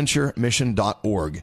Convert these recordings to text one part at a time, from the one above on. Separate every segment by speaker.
Speaker 1: adventuremission.org.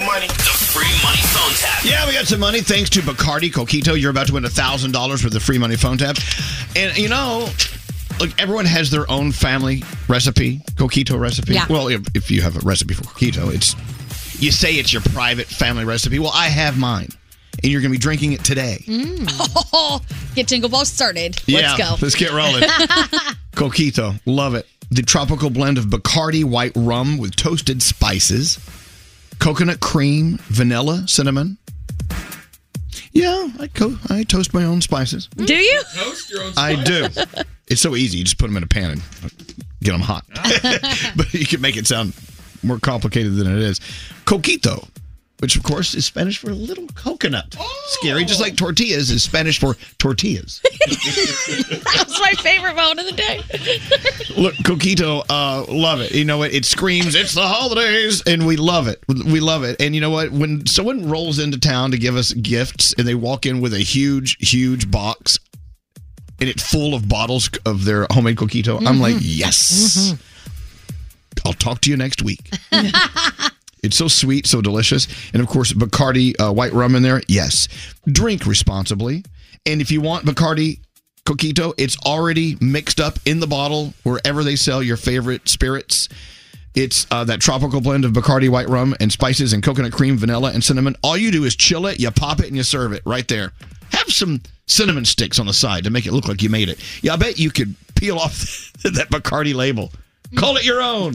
Speaker 2: Money. The free money phone tap.
Speaker 1: Yeah, we got some money thanks to Bacardi Coquito. You're about to win thousand dollars with the free money phone tap, and you know. Look, everyone has their own family recipe, coquito recipe.
Speaker 3: Yeah.
Speaker 1: Well, if, if you have a recipe for coquito, it's you say it's your private family recipe. Well, I have mine, and you're going to be drinking it today.
Speaker 4: get Jingle Ball started.
Speaker 1: Yeah,
Speaker 4: let's go.
Speaker 1: let's get rolling. Coquito, love it. The tropical blend of Bacardi white rum with toasted spices, coconut cream, vanilla, cinnamon. Yeah, I, co- I toast my own spices.
Speaker 4: Do you?
Speaker 5: Toast your own
Speaker 1: I do. It's so easy. You just put them in a pan and get them hot.
Speaker 5: Ah.
Speaker 1: but you can make it sound more complicated than it is. Coquito, which of course is Spanish for little coconut. Scary, just
Speaker 5: Oh.
Speaker 1: like tortillas is Spanish for tortillas.
Speaker 4: that was my favorite moment of the day.
Speaker 1: Look, Coquito, uh, love it. You know what? It screams, it's the holidays, and we love it. We love it. And you know what? When someone rolls into town to give us gifts and they walk in with a huge, huge box and it's full of bottles of their homemade Coquito, I'm like, yes. I'll talk to you next week. It's so sweet, so delicious. And of course, Bacardi uh, white rum in there. Yes. Drink responsibly. And if you want Bacardi Coquito, it's already mixed up in the bottle wherever they sell your favorite spirits. It's uh, that tropical blend of Bacardi white rum and spices and coconut cream, vanilla, and cinnamon. All you do is chill it, you pop it, and you serve it right there. Have some cinnamon sticks on the side to make it look like you made it. Yeah, I bet you could peel off that Bacardi label. Call it your own.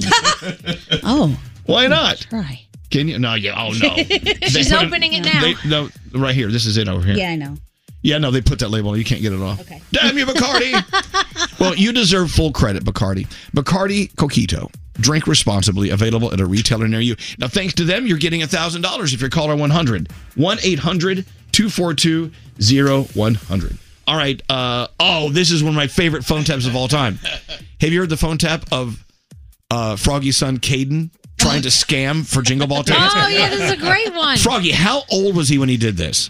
Speaker 4: oh.
Speaker 1: Why not?
Speaker 4: Try.
Speaker 1: Can you? No, you. Oh no. They
Speaker 4: She's
Speaker 1: put
Speaker 4: opening it now.
Speaker 1: They, no, right here. This is it over here.
Speaker 4: Yeah, I know.
Speaker 1: Yeah, no, they put that label on. You can't get it off. Okay. Damn you, Bacardi. well, you deserve full credit, Bacardi. Bacardi Coquito. Drink responsibly. Available at a retailer near you. Now, thanks to them, you're getting $1,000 if you're caller 100. 1 800 242 0100. All right. Uh, oh, this is one of my favorite phone taps of all time. Have you heard the phone tap of uh, Froggy's son, Caden, trying to scam for Jingle Ball tickets?
Speaker 6: Oh, yeah, this is a great one.
Speaker 1: Froggy, how old was he when he did this?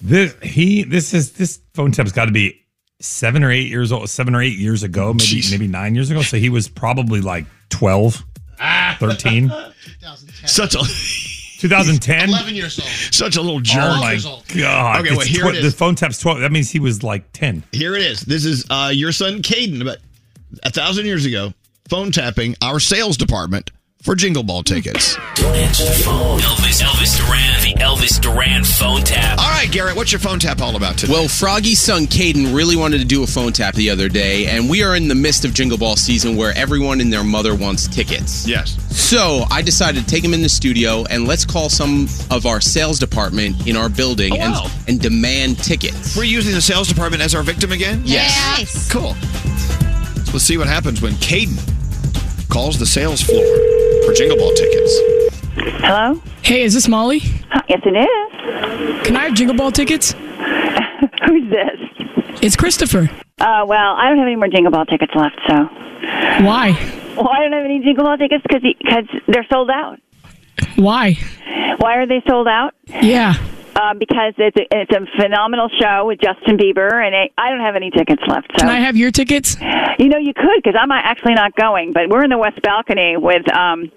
Speaker 5: This he this is this phone tap's got to be seven or eight years old, seven or eight years ago, maybe maybe nine years ago. So he was probably like 12, 13,
Speaker 1: such a
Speaker 5: 2010.
Speaker 1: years old. Such a little jerk.
Speaker 5: Oh my god!
Speaker 1: Okay, well,
Speaker 5: It's
Speaker 1: here
Speaker 5: twe-
Speaker 1: it
Speaker 5: The
Speaker 1: is.
Speaker 5: phone tap's 12. That means he was like 10.
Speaker 1: Here it is. This is uh, your son, Caden, about a thousand years ago, phone tapping our sales department for Jingle Ball tickets.
Speaker 2: Don't answer the phone. Elvis, Elvis Duran, the Elvis Duran phone tap.
Speaker 1: All right, Garrett, what's your phone tap all about today?
Speaker 3: Well, Froggy's son Caden really wanted to do a phone tap the other day, and we are in the midst of Jingle Ball season where everyone and their mother wants tickets.
Speaker 1: yes.
Speaker 3: So I decided to take him in the studio and let's call some of our sales department in our building
Speaker 1: Oh, wow.
Speaker 3: and, and demand tickets.
Speaker 1: We're using the sales department as our victim again?
Speaker 3: Yes.
Speaker 4: Nice.
Speaker 1: Cool. So let's see what happens when Caden calls the sales floor for Jingle Ball tickets.
Speaker 6: Hello?
Speaker 7: Hey, is this Molly?
Speaker 6: Uh, Yes, it is.
Speaker 7: Can I have Jingle Ball tickets?
Speaker 6: Who's this?
Speaker 7: It's Christopher.
Speaker 6: Uh, well, I don't have any more Jingle Ball tickets left, so.
Speaker 7: Why?
Speaker 6: Well, I don't have any Jingle Ball tickets because they're sold out.
Speaker 7: Why?
Speaker 6: Why are they sold out?
Speaker 7: Yeah.
Speaker 6: Uh, because it's a, it's a phenomenal show with Justin Bieber, and it, I don't have any tickets left. So
Speaker 7: Can I have your tickets?
Speaker 6: you know you could because I'm actually not going, but we're in the west balcony with um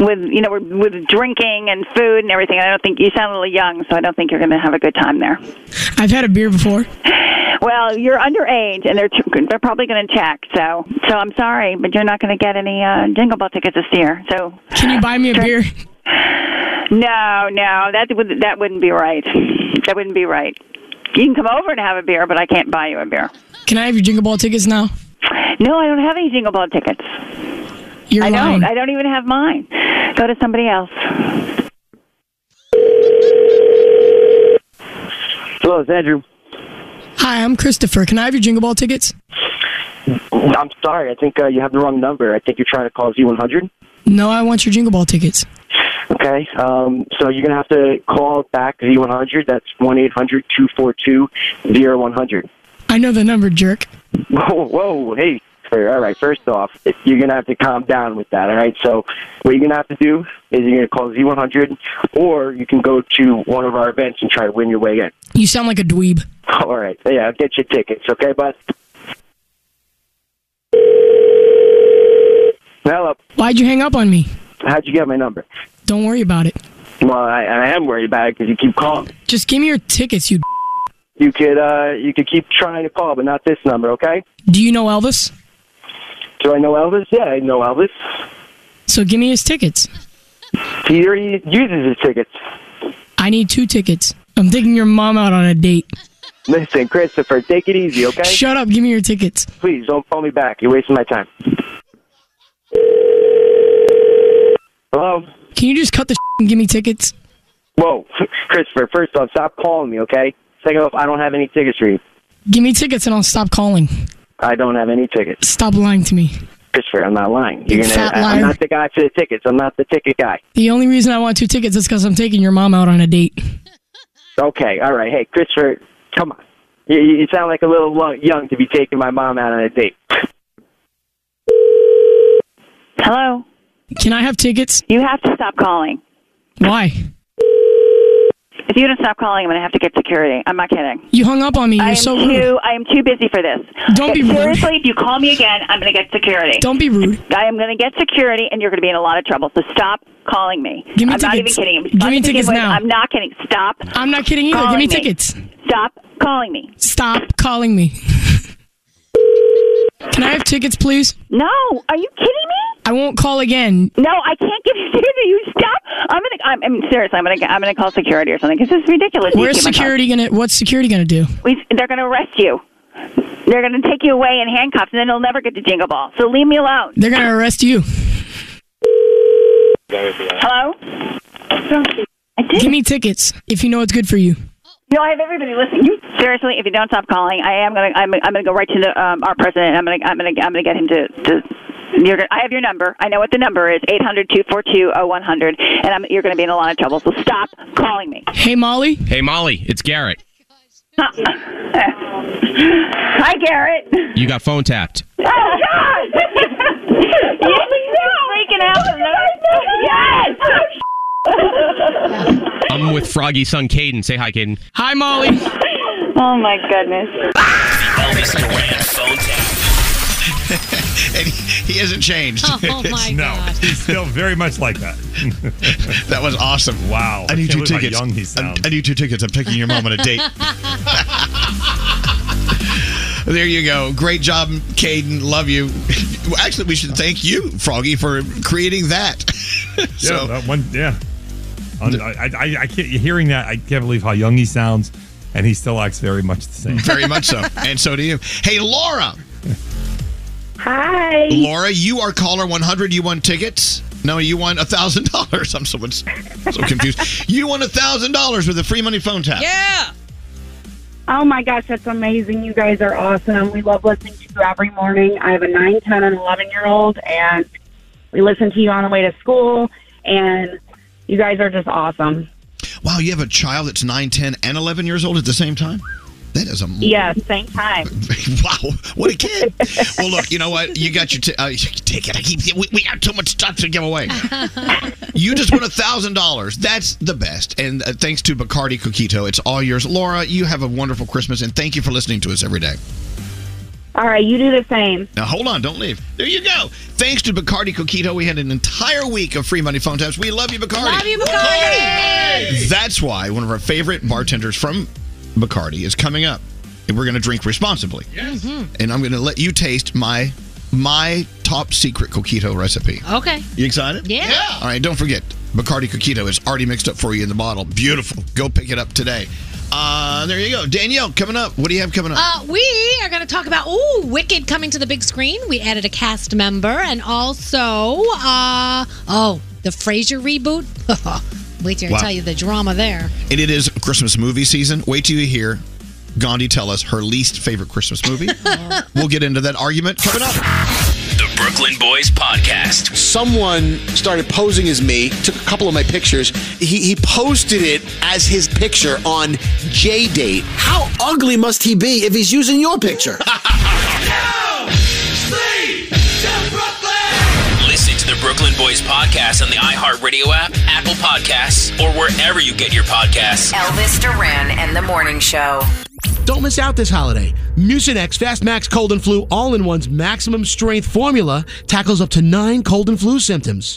Speaker 6: with you know we're, with drinking and food and everything. I don't think you sound a little young, so I don't think you're going to have a good time there.
Speaker 7: I've had a beer before.
Speaker 6: Well, you're underage, and they're they're probably going to check. So, so I'm sorry, but you're not going to get any uh, Jingle Ball tickets this year. So,
Speaker 7: Can you buy me a beer?
Speaker 6: no, no, that would that wouldn't be right. That wouldn't be right. You can come over and have a beer, but I can't buy you a beer.
Speaker 7: Can I have your Jingle Ball tickets now?
Speaker 6: No, I don't have any Jingle Ball tickets.
Speaker 7: You're
Speaker 6: I
Speaker 7: lying.
Speaker 6: don't. I don't even have mine. Go to somebody else.
Speaker 8: Hello, it's Andrew.
Speaker 7: Hi, I'm Christopher. Can I have your Jingle Ball tickets?
Speaker 8: I'm sorry. I think uh, you have the wrong number. I think you're trying to call Z100.
Speaker 7: No, I want your Jingle Ball tickets.
Speaker 8: Okay. Um, so you're going to have to call back Z100. That's 1 800 242 0100.
Speaker 7: I know the number, jerk.
Speaker 8: Whoa, whoa. Hey, sir, all right. First off, you're going to have to calm down with that. All right. So what you're going to have to do is you're going to call Z100 or you can go to one of our events and try to win your way in.
Speaker 7: You sound like a dweeb.
Speaker 8: All right. Yeah, I'll get you tickets. Okay, bud? Hello.
Speaker 7: Why'd you hang up on me?
Speaker 8: How'd you get my number?
Speaker 7: Don't worry about it.
Speaker 8: Well, I, I am worried about it because you keep calling.
Speaker 7: Just give me your tickets, you.
Speaker 8: You could uh, you could keep trying to call, but not this number, okay?
Speaker 7: Do you know Elvis?
Speaker 8: Do I know Elvis? Yeah, I know Elvis.
Speaker 7: So give me his tickets.
Speaker 8: He already uses his tickets.
Speaker 7: I need two tickets. I'm taking your mom out on a date.
Speaker 8: Listen, Christopher, take it easy, okay?
Speaker 7: Shut up. Give me your tickets.
Speaker 8: Please don't call me back. You're wasting my time. Hello.
Speaker 7: Can you just cut the and give me tickets?
Speaker 8: Whoa, Christopher. First off, stop calling me, okay? Second off, I don't have any tickets for you.
Speaker 7: Give me tickets and I'll stop calling.
Speaker 8: I don't have any tickets,
Speaker 7: Stop lying to me.
Speaker 8: Christopher. I'm not lying. You're
Speaker 7: Big
Speaker 8: gonna.
Speaker 7: fat
Speaker 8: I- I'm
Speaker 7: liar.
Speaker 8: not the guy for the tickets. I'm not the ticket guy.
Speaker 7: The only reason I want two tickets is because I'm taking your mom out on a date.
Speaker 8: Okay, all right. Hey, Christopher, come on. You, you sound like a little lo- young to be taking my mom out on a date.
Speaker 6: Hello.
Speaker 7: Can I have tickets?
Speaker 6: You have to stop calling.
Speaker 7: Why?
Speaker 6: If you don't stop calling, I'm going to have to get security. I'm not kidding.
Speaker 7: You hung up on me. You're
Speaker 6: I am
Speaker 7: so rude.
Speaker 6: too. I am too busy for this.
Speaker 7: Don't be rude.
Speaker 6: Seriously, if you call me again, I'm going to get security.
Speaker 7: Don't be rude.
Speaker 6: I am going to get security, and you're going to be in a lot of trouble. So stop calling me.
Speaker 7: Give me
Speaker 6: I'm not even
Speaker 7: tickets.
Speaker 6: kidding. I'm
Speaker 7: Give me
Speaker 6: not even
Speaker 7: tickets
Speaker 6: kidding.
Speaker 7: now.
Speaker 6: I'm not kidding. Stop.
Speaker 7: I'm not kidding either. Give
Speaker 6: calling
Speaker 7: me tickets.
Speaker 6: Stop calling me.
Speaker 7: Stop calling me. Can I have tickets, please?
Speaker 6: No, are you kidding me?
Speaker 7: I won't call again.
Speaker 6: No, I can't give you to you. Stop. I'm gonna. I'm, I'm seriously. I'm gonna. I'm gonna call security or something. 'cause this is ridiculous. You
Speaker 7: Where's
Speaker 6: keep on calling.
Speaker 7: security gonna? What's security gonna do?
Speaker 6: We, they're gonna arrest you. They're gonna take you away in handcuffs, and then you'll never get to Jingle Ball. So leave me alone.
Speaker 7: They're gonna arrest you.
Speaker 6: Hello. I did.
Speaker 7: Give me tickets if you know it's good for you.
Speaker 6: No, I have everybody listening. You seriously, if you don't stop calling, I am gonna. I'm, I'm gonna go right to the, um, our president. I'm gonna. I'm gonna. I'm gonna get him to. to you're gonna, I have your number. I know what the number is. Eight hundred two four two zero one hundred. And I'm, you're going to be in a lot of trouble. So stop calling me.
Speaker 7: Hey, Molly.
Speaker 3: Hey, Molly, it's Garrett.
Speaker 6: Hi, Garrett.
Speaker 3: You got phone tapped.
Speaker 6: Oh, God! yes, freaking out. Yes!
Speaker 3: I'm with Froggy's son, Caden. Say hi, Caden.
Speaker 7: Hi, Molly.
Speaker 6: Oh, my goodness.
Speaker 2: Elvis Duran phone tap.
Speaker 1: And he, he hasn't changed.
Speaker 4: Oh my
Speaker 5: No,
Speaker 4: god.
Speaker 5: he's still very much like that.
Speaker 1: That was awesome.
Speaker 5: Wow.
Speaker 1: I need
Speaker 5: Can't
Speaker 1: two
Speaker 5: believe how
Speaker 1: tickets.
Speaker 5: young he
Speaker 1: I,
Speaker 5: sounds.
Speaker 1: I need two tickets. I'm taking your mom on a date. there you go. Great job, Caden. Love you. Actually, we should thank you, Froggy, for creating that.
Speaker 3: so that one, yeah. Un- I, I, I can't. Hearing that, I can't believe how young he sounds, and he still acts very much the same.
Speaker 1: Very much so. And so do you. Hey, Laura.
Speaker 6: Hi.
Speaker 1: Laura, you are caller 100. You won tickets. No, you won $1,000. I'm so, so confused. you won $1,000 with a free money phone tap.
Speaker 6: Yeah. Oh my gosh, that's amazing. You guys are awesome. We love listening to you every morning. I have a nine, ten, and 11 year old, and we listen to you on the way to school, and you guys are just awesome.
Speaker 1: Wow, you have a child that's 9, 10, and 11 years old at the same time? That is a
Speaker 6: Yes, same time.
Speaker 1: wow, what a kid! well, look, you know what? You got your t- uh, ticket. I keep we, we got too much stuff to give away. you just won a thousand dollars. That's the best. And uh, thanks to Bacardi Coquito, it's all yours. Laura, you have a wonderful Christmas, and thank you for listening to us every day.
Speaker 6: All right, you do the same.
Speaker 1: Now hold on, don't leave. There you go. Thanks to Bacardi Coquito, we had an entire week of free money phone taps. We love you, Bacardi.
Speaker 6: Love you, Bacardi.
Speaker 1: That's why one of our favorite bartenders from Bacardi is coming up, and we're going to drink responsibly. And I'm going to let you taste my my top secret coquito recipe.
Speaker 9: Okay.
Speaker 1: You excited?
Speaker 9: Yeah.
Speaker 1: All right, don't forget, Bacardi Coquito is already mixed up for you in the bottle. Beautiful. Go pick it up today. Uh, there you go. Danielle, coming up. What do you have coming up?
Speaker 9: Uh, we are going to talk about ooh, Wicked coming to the big screen. We added a cast member, and also uh, oh, the Frasier reboot. Wait till
Speaker 1: Wow.
Speaker 9: I tell you the drama there.
Speaker 1: and it is Christmas movie season. Wait till you hear Gandhi tell us her least favorite Christmas movie. we'll get into that argument coming up.
Speaker 2: The Brooklyn Boys Podcast.
Speaker 10: Someone started posing as me, took a couple of my pictures. He, he posted it as his picture on J Date. How ugly must he be if he's using your picture?
Speaker 2: Listen to the Brooklyn Boys Podcast on the iHeartRadio app, Apple Podcasts, or wherever you get your podcasts.
Speaker 11: Elvis Duran and the Morning Show.
Speaker 12: Don't miss out this holiday. Mucinex Fast Max Cold and Flu All in One's maximum strength formula tackles up to nine cold and flu symptoms.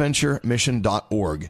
Speaker 13: stbonaventuremission.org.